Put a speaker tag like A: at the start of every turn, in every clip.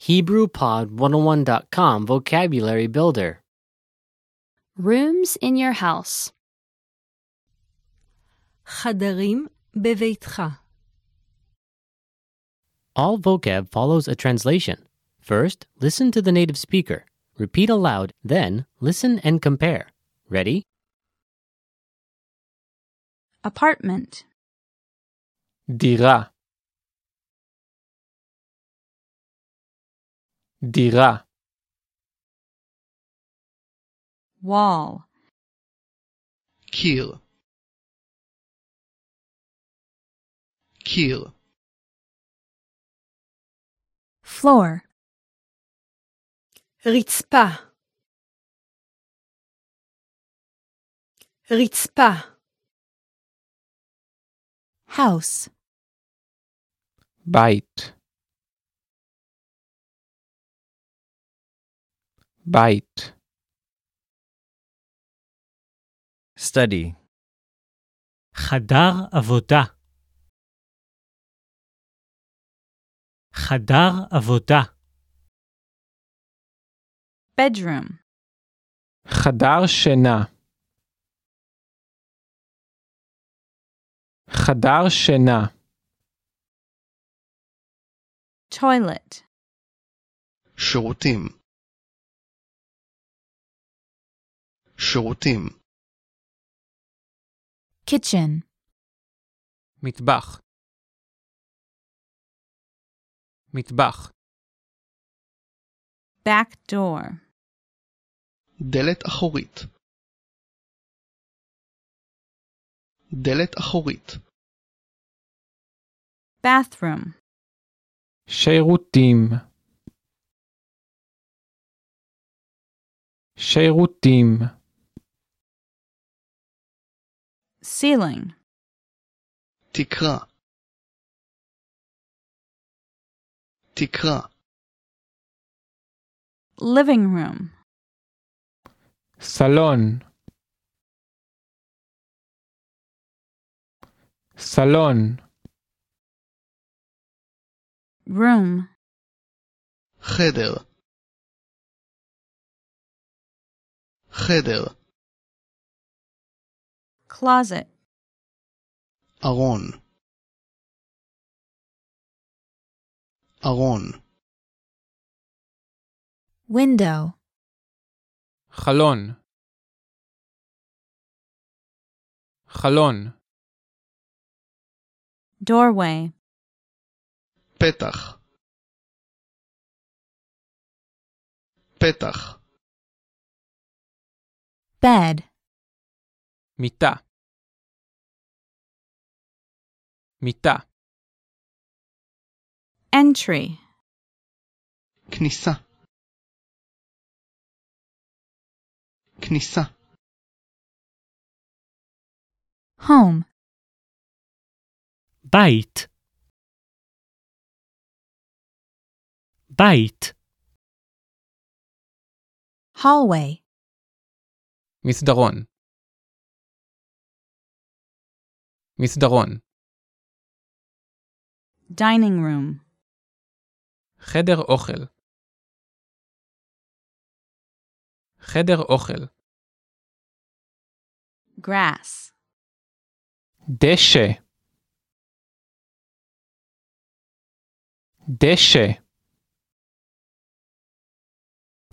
A: HebrewPod101.com Vocabulary Builder.
B: Rooms in your house.
C: חדרים בביתך,
A: All vocab follows a translation. First, listen to the native speaker. Repeat aloud, then, listen and compare. Ready?
D: apartment,
E: דירה, דירה,
D: wall,
F: קיר, קיר,
D: floor,
C: רצפה. רצפה,
D: house,
E: בית. בית,
G: study. חדר עבודה. חדר עבודה.
D: bedroom,
E: חדר שינה. חדר שינה,
D: toilet,
F: שירותים. שירותים,
D: kitchen,
E: מטבח. מטבח,
D: back door,
F: דלת אחורית. דלת אחורית,
D: bathroom,
E: שירותים. שירותים,
D: ceiling,
F: תקרה. תקרה,
D: living room,
E: סלון. סלון.
D: room,
F: חדר. חדר,
D: closet,
F: ארון. ארון,
D: window,
E: חלון חלון
D: doorway,
F: פתח. פתח,
D: bed,
E: מיטה מיטה
D: entry,
F: כניסה. כניסה,
D: home,
G: בית. בית.
D: hallway,
E: מסדרון מסדרון
D: dining room,
E: חדר אוכל חדר אוכל
D: grass,
E: דשא דשא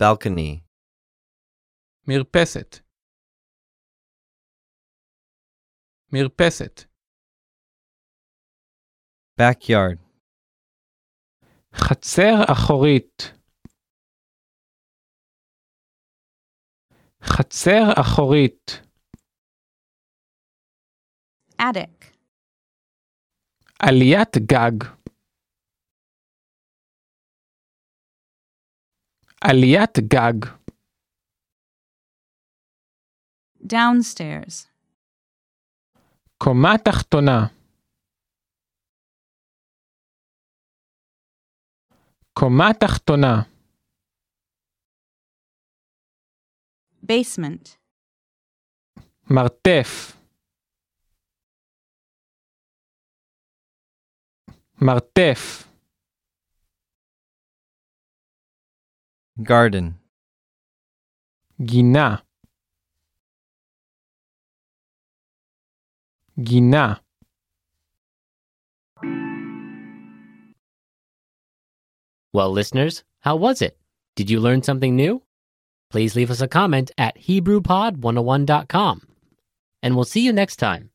G: balcony.
E: מרפסת מרפסת
G: backyard.
E: חצר אחורית חצר אחורית
D: attic,
E: עליית גג עליית גג
D: downstairs,
E: קומה תחתונה קומה תחתונה
D: basement,
E: מרתף מרתף
G: garden,
E: גינה. גינה.
A: Well, listeners, how was it? Did you learn something new? oh Please leave us a comment at HebrewPod101.com. And we'll see you next time.